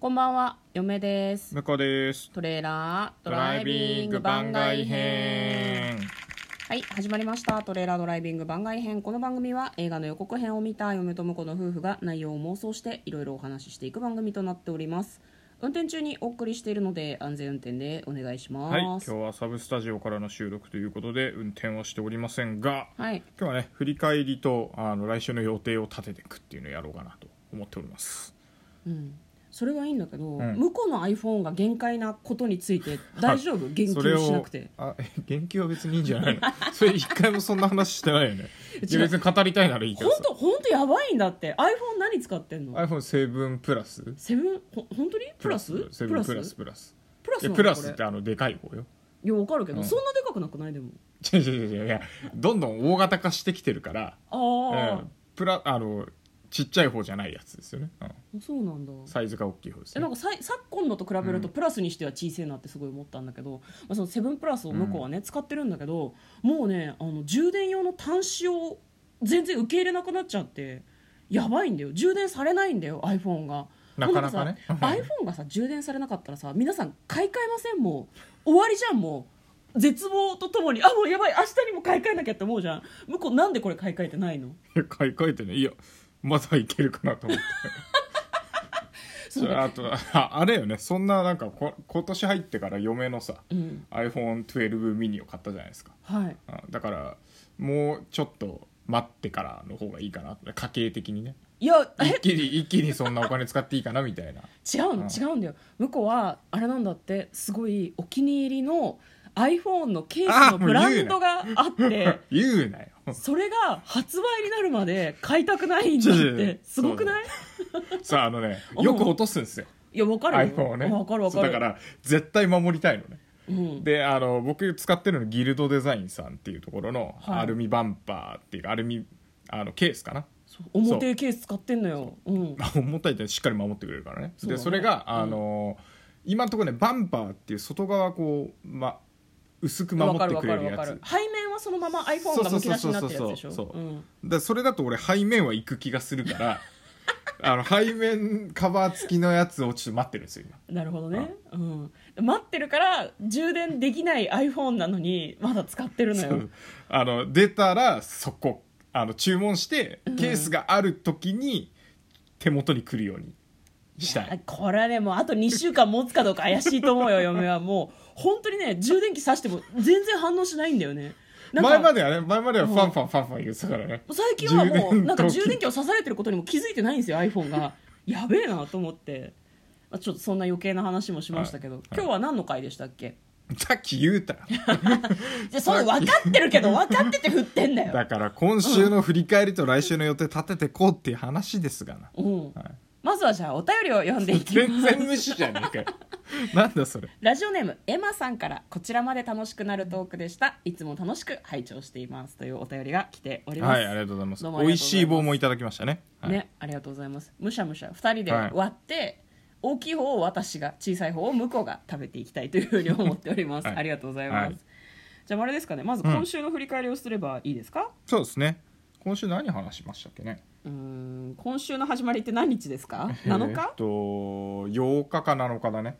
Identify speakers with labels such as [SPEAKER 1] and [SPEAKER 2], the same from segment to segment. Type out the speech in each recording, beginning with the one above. [SPEAKER 1] こんばんは、嫁です。
[SPEAKER 2] 向こうです
[SPEAKER 1] トレーラード
[SPEAKER 2] ド
[SPEAKER 1] ラ
[SPEAKER 2] ラ
[SPEAKER 1] イ
[SPEAKER 2] イ
[SPEAKER 1] ビ
[SPEAKER 2] ビ
[SPEAKER 1] ン
[SPEAKER 2] ン
[SPEAKER 1] グ
[SPEAKER 2] グ
[SPEAKER 1] 番
[SPEAKER 2] 番
[SPEAKER 1] 外
[SPEAKER 2] 外
[SPEAKER 1] 編。
[SPEAKER 2] 編
[SPEAKER 1] はい、始まりました。トレーラードライビング番外編。この番組は映画の予告編を見た嫁と婿の夫婦が内容を妄想していろいろお話ししていく番組となっております。運転中にお送りしているので安全運転でお願いし
[SPEAKER 2] はい
[SPEAKER 1] ま
[SPEAKER 2] 今
[SPEAKER 1] す。
[SPEAKER 2] 日
[SPEAKER 1] はい、
[SPEAKER 2] はサブスタジオからの収録ということで運転はしておりませんが今日はね振り返りとあの来週の予定を立てていくっていうのをやろうかなと思っております
[SPEAKER 1] うん。それはいいんだけど、
[SPEAKER 2] ん
[SPEAKER 1] 向こうの iPhone が限界なことについて大丈夫言
[SPEAKER 2] それ
[SPEAKER 1] 及
[SPEAKER 2] を
[SPEAKER 1] しなくて。
[SPEAKER 2] あえ言及は別にいいんじゃないの それ一回もそんな話してない よねいや別に語りたいならいいけ
[SPEAKER 1] 本
[SPEAKER 2] どさ
[SPEAKER 1] 当本当やばいんだって。iPhone 何使ってんの？
[SPEAKER 2] iPhone7 プラス
[SPEAKER 1] セブンほ本当にプラス？
[SPEAKER 2] 7プラスプラス
[SPEAKER 1] プラス
[SPEAKER 2] え
[SPEAKER 1] なの
[SPEAKER 2] プラスっ
[SPEAKER 1] こ
[SPEAKER 2] て
[SPEAKER 1] れ
[SPEAKER 2] あのでかい方よ
[SPEAKER 1] いやわかるけど、
[SPEAKER 2] うん
[SPEAKER 1] そんなでかくなくないでも
[SPEAKER 2] 違う違う違ういやどんどん大型化してきてるから
[SPEAKER 1] ああ、
[SPEAKER 2] プラあのちっちゃい方じゃないやつですよね、う
[SPEAKER 1] そうなんだ
[SPEAKER 2] ん、サイズが大きい方です
[SPEAKER 1] え
[SPEAKER 2] ね
[SPEAKER 1] なんかさい昨今のと比べると
[SPEAKER 2] う
[SPEAKER 1] プラスにしては小さいなってすごい思ったんだけど、まあ、そのセブンプラスを向こうはね、使ってるんだけどもうねあの充電用の端子を全然受け入れなくなっちゃってやばいんだよ充電されないんだよ iPhone が
[SPEAKER 2] なかなかね
[SPEAKER 1] もうなんかさ iPhone がさ充電されなかったらさ皆さん買い替えませんもう終わりじゃんもう絶望とともにあもうやばい明日にも買い替えなきゃって思うじゃん向こうなんでこれ買い替えてないの
[SPEAKER 2] いや 買い替えてねいやまだいけるかなと思って それあとああれよねそんななんかこ今年入ってから嫁のさ
[SPEAKER 1] うん、
[SPEAKER 2] iPhone12 ミニを買ったじゃないですか
[SPEAKER 1] はい
[SPEAKER 2] うんだからもうちょっと待ってからの方がいいかな家計的にね
[SPEAKER 1] いやえ
[SPEAKER 2] 一気に一気にそんなお金使っていいかなみたいな
[SPEAKER 1] 違うの
[SPEAKER 2] うん
[SPEAKER 1] 違うんだよ向こうはあれなんだってすごいお気に入りの iPhone のケースのブランドがあって
[SPEAKER 2] 言うなよ
[SPEAKER 1] それが発売になるまで買いたくないん だっ
[SPEAKER 2] 違う違
[SPEAKER 1] て
[SPEAKER 2] う
[SPEAKER 1] すごくない
[SPEAKER 2] さああのね
[SPEAKER 1] うん
[SPEAKER 2] よく落とすんですよ
[SPEAKER 1] いや分かるよ
[SPEAKER 2] iPhone をね
[SPEAKER 1] 分かる分
[SPEAKER 2] そ
[SPEAKER 1] か
[SPEAKER 2] う
[SPEAKER 1] る
[SPEAKER 2] だから絶対守りたいのね
[SPEAKER 1] うん、
[SPEAKER 2] であの僕使ってるのギルドデザインさんっていうところの
[SPEAKER 1] はい
[SPEAKER 2] アルミバンパーっていうかアルミあのケースかな
[SPEAKER 1] そう表ケース使ってんのようん
[SPEAKER 2] 重たいってしっかり守ってくれるからね
[SPEAKER 1] そうだ
[SPEAKER 2] で
[SPEAKER 1] ね
[SPEAKER 2] それが
[SPEAKER 1] うん
[SPEAKER 2] あの、今のところねバンパーっていう外側こう、ま、薄く守
[SPEAKER 1] 分か
[SPEAKER 2] っ
[SPEAKER 1] る分
[SPEAKER 2] てく
[SPEAKER 1] か
[SPEAKER 2] れ
[SPEAKER 1] る分
[SPEAKER 2] るや
[SPEAKER 1] か
[SPEAKER 2] つ
[SPEAKER 1] る背面はそのまま iPhone がむき出しになってるやつでしょ
[SPEAKER 2] そうそうそうそうそう
[SPEAKER 1] うん
[SPEAKER 2] でそれだと俺背面は行く気がするから あの背面カバー付きのやつをちょっと待ってるんですよ今
[SPEAKER 1] なるほどね、うん、待ってるから充電できない iPhone なのにまだ使ってるの
[SPEAKER 2] そ
[SPEAKER 1] よ
[SPEAKER 2] うあの出たらそこあの注文して
[SPEAKER 1] ん
[SPEAKER 2] ケースがある時に手元に来るようにしたい、
[SPEAKER 1] あこれはねもうあと2週間持つかどうか怪しいと思うよ嫁はもう本当にね充電器挿しても全然反応しないんだよねなんか
[SPEAKER 2] 前まではね前まではファンファンファンファン言ってたからね、
[SPEAKER 1] 最近はもう
[SPEAKER 2] 充電器
[SPEAKER 1] なんか充電器を刺されてることにも気づいてないんですよ iPhone がやべえなと思って、まあ、ちょっとそんな余計な話もしましたけど、
[SPEAKER 2] はい
[SPEAKER 1] 今日は何の回でしたっけ
[SPEAKER 2] さっき言うたら
[SPEAKER 1] じゃあそれ分かってるけど分かってて振ってんだよ
[SPEAKER 2] だから今週の振り返りと来週の予定立ててこうっていう話ですがな、
[SPEAKER 1] うん
[SPEAKER 2] はい
[SPEAKER 1] まずはじゃあお便りを読んでいきます
[SPEAKER 2] 全然無視じゃねえかよ なんだそれ
[SPEAKER 1] ラジオネームエマさんからこちらまで楽しくなるトークでしたいつも楽しく拝聴していますというお便りが来ております、
[SPEAKER 2] はいありがとうございます
[SPEAKER 1] どうもありが
[SPEAKER 2] 美味
[SPEAKER 1] とうございます
[SPEAKER 2] しい棒もいただきましたね,、はい、
[SPEAKER 1] ねありがとうございますむしゃむしゃ2人で
[SPEAKER 2] はい
[SPEAKER 1] 割って、大きい方を私が小さい方を向こうが食べていきたいというふうに思っております、
[SPEAKER 2] はい
[SPEAKER 1] ありがとうございます、
[SPEAKER 2] はい
[SPEAKER 1] じゃああれですかねまず今週の振り返りをすればいいですか
[SPEAKER 2] そうですね今週何話しましたっけね
[SPEAKER 1] うーん今週の始まりって何日ですか7
[SPEAKER 2] えーっ
[SPEAKER 1] 日
[SPEAKER 2] と8日か7日だね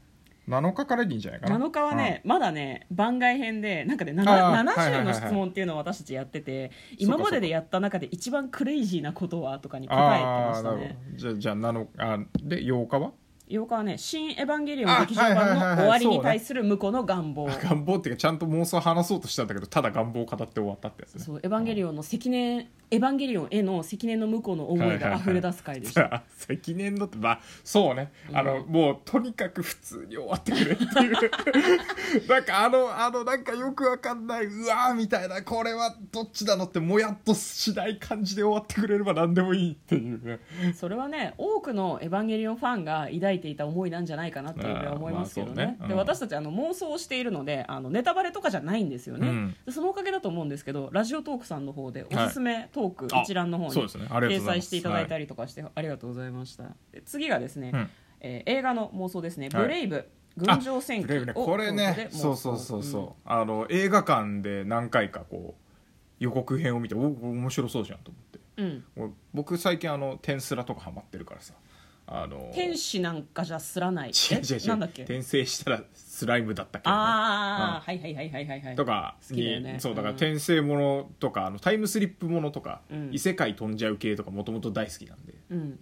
[SPEAKER 2] 7日からでいいんじゃないかな
[SPEAKER 1] 7日はね、まだね番外編でなんかね 7,
[SPEAKER 2] あー
[SPEAKER 1] 7種類
[SPEAKER 2] はいはいはいは
[SPEAKER 1] の
[SPEAKER 2] い
[SPEAKER 1] 質問っていうのを私たちやってて
[SPEAKER 2] そうか
[SPEAKER 1] 今まででやった中で一番クレイジーなことはとかに
[SPEAKER 2] うん
[SPEAKER 1] 答えてま
[SPEAKER 2] あー
[SPEAKER 1] した
[SPEAKER 2] なる
[SPEAKER 1] ね
[SPEAKER 2] ほどじゃあじゃあ7日あで8日は
[SPEAKER 1] 8日はね「新エヴァンゲリオン
[SPEAKER 2] あ
[SPEAKER 1] 劇場
[SPEAKER 2] はいはい
[SPEAKER 1] 版
[SPEAKER 2] はい
[SPEAKER 1] の
[SPEAKER 2] はい
[SPEAKER 1] 終わり
[SPEAKER 2] そ
[SPEAKER 1] に
[SPEAKER 2] うね
[SPEAKER 1] 対する向こうの願望」
[SPEAKER 2] 願望っていうかちゃんと妄想話そうとしたんだけどただ願望を語って終わったってやつね
[SPEAKER 1] そう「エヴァンゲリオン」の積年「エヴァンゲリオン」への積年の向こうの思いが溢れ出す回でした、
[SPEAKER 2] さあ積年のってまあそうね、あのもうとにかく普通に終わってくれっていう なんかあのあのなんかよくわかんないうわーみたいなこれはどっちなのってもやっとしない感じで終わってくれれば何でもいいっていうね
[SPEAKER 1] それはね多くの「エヴァンゲリオン」ファンが抱いていた思いなんじゃないかなというふうには思いますけどね,、
[SPEAKER 2] あーまあそうね
[SPEAKER 1] で
[SPEAKER 2] うん
[SPEAKER 1] 私たちあの妄想をしているのであのネタバレとかじゃないんですよね、
[SPEAKER 2] うん
[SPEAKER 1] でそのおかげだと思うんですけどラジオトークさんの方でおすすめトーク、
[SPEAKER 2] あ
[SPEAKER 1] 一覧の方に
[SPEAKER 2] そうですねありがとう
[SPEAKER 1] 掲
[SPEAKER 2] ござい
[SPEAKER 1] 載
[SPEAKER 2] ます
[SPEAKER 1] していただいたりとかして、ありがとうございましたで次がですね、
[SPEAKER 2] うん
[SPEAKER 1] えー映画の妄想ですね「
[SPEAKER 2] はい
[SPEAKER 1] ブレイブ、群青戦記
[SPEAKER 2] ブレイブね」
[SPEAKER 1] を
[SPEAKER 2] これ
[SPEAKER 1] トー
[SPEAKER 2] ね
[SPEAKER 1] クで妄想
[SPEAKER 2] そうそうそうそう、
[SPEAKER 1] うん
[SPEAKER 2] あの映画館で何回かこう予告編を見てお面白そうじゃんと思って
[SPEAKER 1] うん
[SPEAKER 2] 俺僕最近あの「天スラ」とかハマってるからさあの
[SPEAKER 1] 天使なんかじゃすらない
[SPEAKER 2] 違う違う
[SPEAKER 1] えなんだっ
[SPEAKER 2] 違う
[SPEAKER 1] け
[SPEAKER 2] 転生したらスライムだったけどね、
[SPEAKER 1] ああ、
[SPEAKER 2] うん
[SPEAKER 1] はいはいはいはいはいはい
[SPEAKER 2] とか
[SPEAKER 1] 好きだ
[SPEAKER 2] に、
[SPEAKER 1] よね
[SPEAKER 2] そうだから
[SPEAKER 1] うん
[SPEAKER 2] 転生ものとかあのタイムスリップものとか、
[SPEAKER 1] うん
[SPEAKER 2] 異世界飛んじゃう系とかもともと大好きなんで
[SPEAKER 1] うん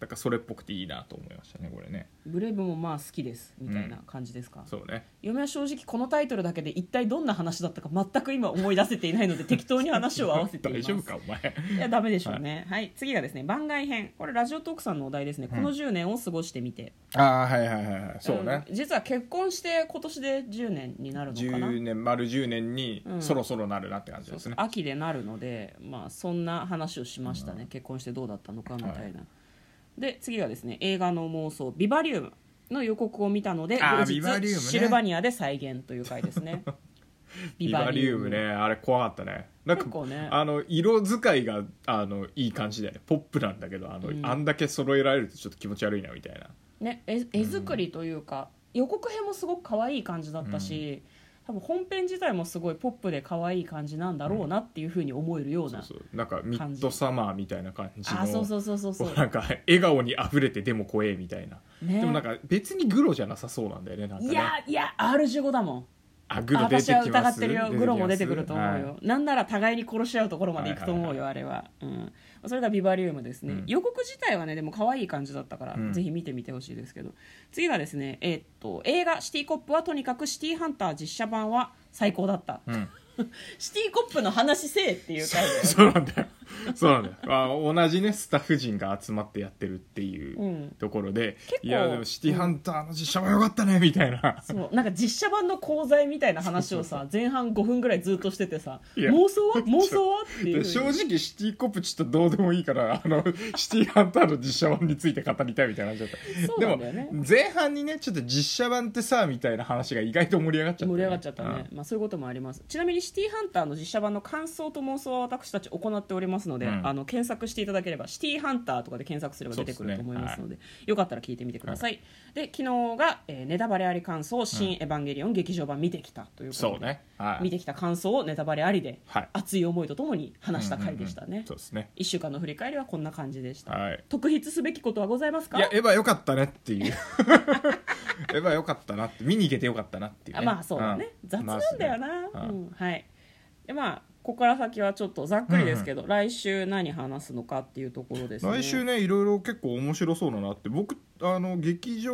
[SPEAKER 2] だからそれっぽくていいなと思いましたねこれね
[SPEAKER 1] ブレイブもまあ好きですみたいな感じですか、
[SPEAKER 2] そうね
[SPEAKER 1] 嫁は正直このタイトルだけで一体どんな話だったか全く今思い出せていないので適当に話を合わせていま
[SPEAKER 2] 大
[SPEAKER 1] す
[SPEAKER 2] 丈夫かお前
[SPEAKER 1] いやダメでしょうねはい、次がですね番外編これラジオトークさんのお題ですね、この10年を過ごしてみて
[SPEAKER 2] ああはいはいはいはいそうね、
[SPEAKER 1] ん実は結婚して今年で10年になるのかな
[SPEAKER 2] 10年丸10年に
[SPEAKER 1] うん
[SPEAKER 2] そろそろなるなって感じですね、
[SPEAKER 1] 秋でなるので、まあ、そんな話をしましたね、結婚してどうだったのかみたいな、で次はですね映画の妄想「ビバリウム」の予告を見たので
[SPEAKER 2] あー
[SPEAKER 1] 後日
[SPEAKER 2] ビバリウムね
[SPEAKER 1] シルバニアで再現という回です ね
[SPEAKER 2] ビバリウムねあれ怖かったねなんか
[SPEAKER 1] 結構ね
[SPEAKER 2] あの色使いがあのいい感じだよねポップなんだけどあの、
[SPEAKER 1] うん
[SPEAKER 2] あんだけ揃えられるとちょっと気持ち悪いなみたいな
[SPEAKER 1] ね絵絵作りというか、予告編もすごく可愛い感じだったし、多分本編自体もすごいポップで可愛い感じなんだろうなっていうふうに思えるよう
[SPEAKER 2] そ
[SPEAKER 1] な、
[SPEAKER 2] うそうなんかミッドサマーみたいな感じの
[SPEAKER 1] あそうそうそうそうそう
[SPEAKER 2] こうなんか笑顔に溢れてでも怖えみたいな、
[SPEAKER 1] ね
[SPEAKER 2] でもなんか別にグロじゃなさそうなんだよねなんかね
[SPEAKER 1] いやいや R15 だもん
[SPEAKER 2] あグロ出てき
[SPEAKER 1] 私
[SPEAKER 2] ま
[SPEAKER 1] は
[SPEAKER 2] す
[SPEAKER 1] 疑ってるよ
[SPEAKER 2] きます
[SPEAKER 1] グロも出てくると思うよ、
[SPEAKER 2] は
[SPEAKER 1] なんなら互いに殺し合うところまで行くと思うよ、
[SPEAKER 2] は
[SPEAKER 1] あれは、うん、それがビバリウムですね、
[SPEAKER 2] うん
[SPEAKER 1] 予告自体はねでも可愛い感じだったから、
[SPEAKER 2] うん
[SPEAKER 1] ぜひ見てみてほしいですけど次がですね、えーっと映画「シティ・コップ」はとにかくシティーハンター実写版は最高だった、
[SPEAKER 2] いうん、
[SPEAKER 1] シティ・コップの話せえっていう回だよ
[SPEAKER 2] そうなんだよそうなんだよあ同じねスタッフ陣が集まってやってるって いううんところで、
[SPEAKER 1] 結構
[SPEAKER 2] いやでもシティハンターの実写も良かったねみたいな、
[SPEAKER 1] そうなんか実写版の功罪みたいな話をさ前半5分ぐらいずっとしててさ
[SPEAKER 2] いや
[SPEAKER 1] 妄想は妄想はっていう
[SPEAKER 2] で正直シティコップちょっとどうでもいいからあのシティハンターの実写版について語りたいみたいな感じだった
[SPEAKER 1] そうなんだよね
[SPEAKER 2] でも前半にねちょっと実写版ってさみたいな話が意外と盛り上がっちゃったね、
[SPEAKER 1] 盛り上がっちゃったね、まあ、そういうこともありますちなみに「シティーハンター」の実写版の感想と妄想は私たち行っておりますので、
[SPEAKER 2] うん
[SPEAKER 1] あの検索していただければ「シティーハンター」とかで検索すれば出てくると思いますのでよかったら聞いてみてください、で昨日が、えーネタバレあり感想「新エヴァンゲリオン」劇場版見てきたといううんことで
[SPEAKER 2] そうねはい
[SPEAKER 1] 見てきた感想をネタバレありで、
[SPEAKER 2] はい
[SPEAKER 1] 熱い思いとともに話した回でしたね、
[SPEAKER 2] うんうんうんそうですね
[SPEAKER 1] 1週間の振り返りはこんな感じでした、
[SPEAKER 2] はい
[SPEAKER 1] 特筆すべきことはございますか
[SPEAKER 2] いやエヴァ良かったねっていう エヴァ良かったなって見に行けて良かったなっていう、
[SPEAKER 1] あまあそうだね、
[SPEAKER 2] ん
[SPEAKER 1] 雑なんだよな、
[SPEAKER 2] まあそう
[SPEAKER 1] う
[SPEAKER 2] ね
[SPEAKER 1] ん、はいでまあここから先はちょっとざっくりですけど、来週何話すのかっていうところですね
[SPEAKER 2] 来週ねいろいろ結構面白そうだなって僕あの劇場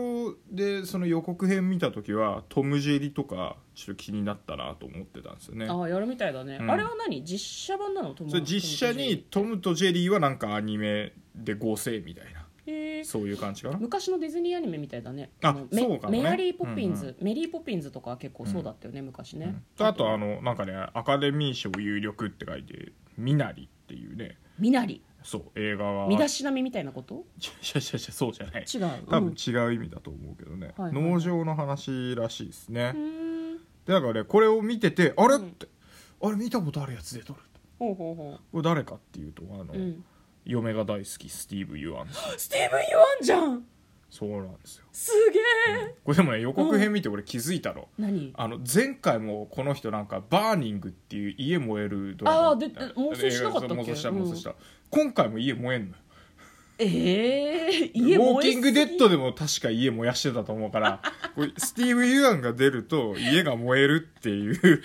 [SPEAKER 2] でその予告編見た時はトム・ジェリとかちょっと気になったなと思ってたんですよね
[SPEAKER 1] ああやるみたいだね、
[SPEAKER 2] うん
[SPEAKER 1] あれは何実写版なの友
[SPEAKER 2] それ実写にトムとジェリーはなんかアニメで合成みたいな
[SPEAKER 1] へえ
[SPEAKER 2] そういう感じかな
[SPEAKER 1] 昔のディズニーアニメみたいだね
[SPEAKER 2] あ
[SPEAKER 1] の
[SPEAKER 2] そうかもね
[SPEAKER 1] メメアリー・ポピンズ、
[SPEAKER 2] うん
[SPEAKER 1] メリー・ポピンズとかは結構そうだったよね、昔ね、
[SPEAKER 2] とあとあのなんかねアカデミー賞有力って書いて「ミナリ」っていうね
[SPEAKER 1] みなり
[SPEAKER 2] そう映画は
[SPEAKER 1] 身だしなみみたいなこと
[SPEAKER 2] ちゃちゃちゃ そうじゃない
[SPEAKER 1] 違う
[SPEAKER 2] 多
[SPEAKER 1] う
[SPEAKER 2] 分
[SPEAKER 1] ん
[SPEAKER 2] 違う意味だと思うけどね、
[SPEAKER 1] はいはい
[SPEAKER 2] 農場の話らしいですね、
[SPEAKER 1] うーん
[SPEAKER 2] でだからねこれを見ててあれ、
[SPEAKER 1] うん
[SPEAKER 2] ってあれ見たことあるやつで撮る
[SPEAKER 1] ほうほうほ
[SPEAKER 2] これ誰かっていうとあの、
[SPEAKER 1] う、うん、
[SPEAKER 2] 嫁が大好きスティーブ・ユアンさん
[SPEAKER 1] スティーブン・ユアンじゃん
[SPEAKER 2] そうなんですよ
[SPEAKER 1] すげえ、
[SPEAKER 2] これでもね予告編見て俺気づいたの、
[SPEAKER 1] 何
[SPEAKER 2] あの前回もこの人なんか「バーニング」っていう家燃えるド
[SPEAKER 1] あーでで妄想しなかったっけ
[SPEAKER 2] 映画そう妄想した
[SPEAKER 1] うん
[SPEAKER 2] 妄想した、今回も家燃えんのよ
[SPEAKER 1] ええ
[SPEAKER 2] ウ
[SPEAKER 1] 家
[SPEAKER 2] ォー
[SPEAKER 1] 燃え
[SPEAKER 2] キ
[SPEAKER 1] す
[SPEAKER 2] ン
[SPEAKER 1] ぎ
[SPEAKER 2] グデッドでも確か家燃やしてたと思うから これスティーブ・ユアンが出ると家が燃えるっていう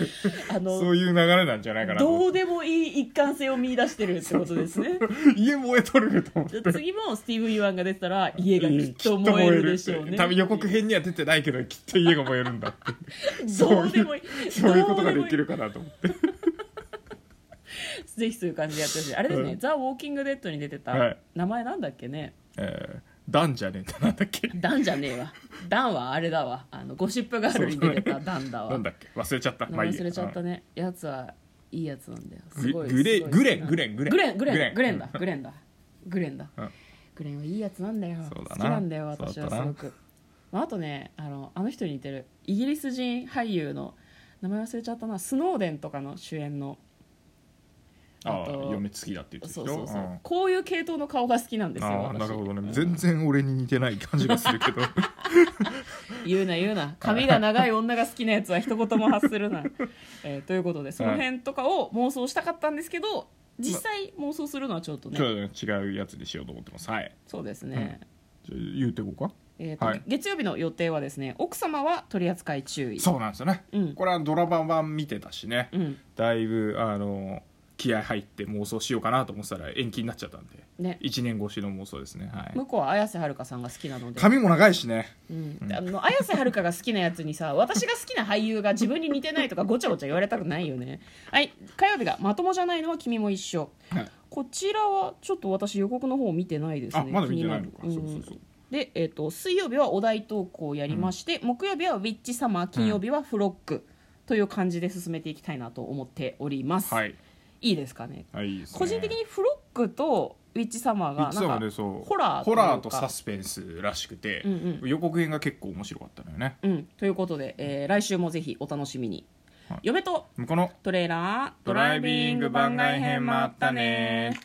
[SPEAKER 1] あの
[SPEAKER 2] そういう流れなんじゃないかなと思
[SPEAKER 1] ど
[SPEAKER 2] っ
[SPEAKER 1] うでもいい一貫性を見出してるってことです ね
[SPEAKER 2] て家燃えとると思って
[SPEAKER 1] で次もスティーブン・ユアンが出てたら家がきっと燃えるでしょうね
[SPEAKER 2] 多分予告編には出てないけどきっと家が燃えるんだって いう
[SPEAKER 1] どうでもいい
[SPEAKER 2] そういうことが
[SPEAKER 1] どう
[SPEAKER 2] で
[SPEAKER 1] もいい
[SPEAKER 2] きるかなと思って
[SPEAKER 1] ぜひそういう感じでやってほしいあれですね、
[SPEAKER 2] うん
[SPEAKER 1] ザ・ウォーキングデッドに出てた、
[SPEAKER 2] はい
[SPEAKER 1] 名前なんだっけね
[SPEAKER 2] えーダンじゃねえってなんだっけ
[SPEAKER 1] ダンじゃねえわダンはあれだわあのゴシップガールに出てたダンだわ
[SPEAKER 2] なんだっけ忘れちゃった
[SPEAKER 1] 名
[SPEAKER 2] まあ
[SPEAKER 1] 前
[SPEAKER 2] いいや
[SPEAKER 1] 忘れちゃった
[SPEAKER 2] うん
[SPEAKER 1] ね、やつはいいやつなんだよ
[SPEAKER 2] グ
[SPEAKER 1] すごい
[SPEAKER 2] グレ
[SPEAKER 1] すごい
[SPEAKER 2] グレングレングレン
[SPEAKER 1] グレング
[SPEAKER 2] グ
[SPEAKER 1] レ
[SPEAKER 2] レ
[SPEAKER 1] ン
[SPEAKER 2] ン
[SPEAKER 1] グレンだグレンだグレンだ、
[SPEAKER 2] うん
[SPEAKER 1] グレンはいいやつなんだよ
[SPEAKER 2] そう
[SPEAKER 1] 好
[SPEAKER 2] だな
[SPEAKER 1] きなんだよ私
[SPEAKER 2] そう
[SPEAKER 1] は
[SPEAKER 2] だ
[SPEAKER 1] す
[SPEAKER 2] な
[SPEAKER 1] ごくまあ、あとねあのあの人に似てるイギリス人俳優の名前忘れちゃったなスノーデンとかの主演の
[SPEAKER 2] あ
[SPEAKER 1] あと
[SPEAKER 2] あ嫁付きだって言って
[SPEAKER 1] そ
[SPEAKER 2] た
[SPEAKER 1] う
[SPEAKER 2] でし
[SPEAKER 1] そう
[SPEAKER 2] ょ
[SPEAKER 1] そう、
[SPEAKER 2] ん
[SPEAKER 1] こういう系統の顔が好きなんですよ
[SPEAKER 2] ああ
[SPEAKER 1] 私
[SPEAKER 2] なるほど
[SPEAKER 1] う
[SPEAKER 2] ね
[SPEAKER 1] ん
[SPEAKER 2] 全然俺に似てない感じがする けど
[SPEAKER 1] 言うな言うな髪が長い女が好きなやつは一言も発する な、えーということでその辺とかを妄想したかったんですけど実際妄想するのはちょっとね
[SPEAKER 2] ちょっと違うやつにしようと思ってますはい
[SPEAKER 1] そうですね、
[SPEAKER 2] じゃあ言うていこうか
[SPEAKER 1] えーと
[SPEAKER 2] はい
[SPEAKER 1] 月曜日の予定はですね奥様は取り扱い注意
[SPEAKER 2] そうなんですよね、
[SPEAKER 1] うん
[SPEAKER 2] これはドラマ版見てたしね、
[SPEAKER 1] うん
[SPEAKER 2] だいぶあの気合入って妄想しようかなと思ってたら延期になっちゃったんで
[SPEAKER 1] ね、
[SPEAKER 2] 1年越しの妄想ですねはい
[SPEAKER 1] 向こうは綾瀬はるかさんが好きなので、
[SPEAKER 2] 髪も長いしね
[SPEAKER 1] うん、あの綾瀬はるかが好きなやつにさ 私が好きな俳優が自分に似てないとかごちゃごちゃ言われたくないよねはい火曜日が「まともじゃないのは君も一緒」
[SPEAKER 2] はい
[SPEAKER 1] こちらはちょっと私予告の方を見てないですね
[SPEAKER 2] あまだ見てないのか
[SPEAKER 1] 気に
[SPEAKER 2] そう
[SPEAKER 1] る
[SPEAKER 2] そう
[SPEAKER 1] うん
[SPEAKER 2] そう
[SPEAKER 1] で、えー、と水曜日はお題投稿をやりまして、木曜日はウィッチサマー金曜日はフロック、という感じで進めていきたいなと思っております、、
[SPEAKER 2] はいい
[SPEAKER 1] いですかね
[SPEAKER 2] はいいいですね
[SPEAKER 1] 個人的にフロックとウィッチサマーが
[SPEAKER 2] いつも
[SPEAKER 1] なん
[SPEAKER 2] ね
[SPEAKER 1] か
[SPEAKER 2] そう
[SPEAKER 1] ホラーとい
[SPEAKER 2] ホ
[SPEAKER 1] うか
[SPEAKER 2] ラーとサスペンスらしくて、
[SPEAKER 1] うん
[SPEAKER 2] 予告編が結構面白かったのよね
[SPEAKER 1] うん、ということで、えー来週もぜひお楽しみに、
[SPEAKER 2] はい
[SPEAKER 1] 嫁と
[SPEAKER 2] 向こうの
[SPEAKER 1] トレーラード
[SPEAKER 2] ドライビング番外編もあったね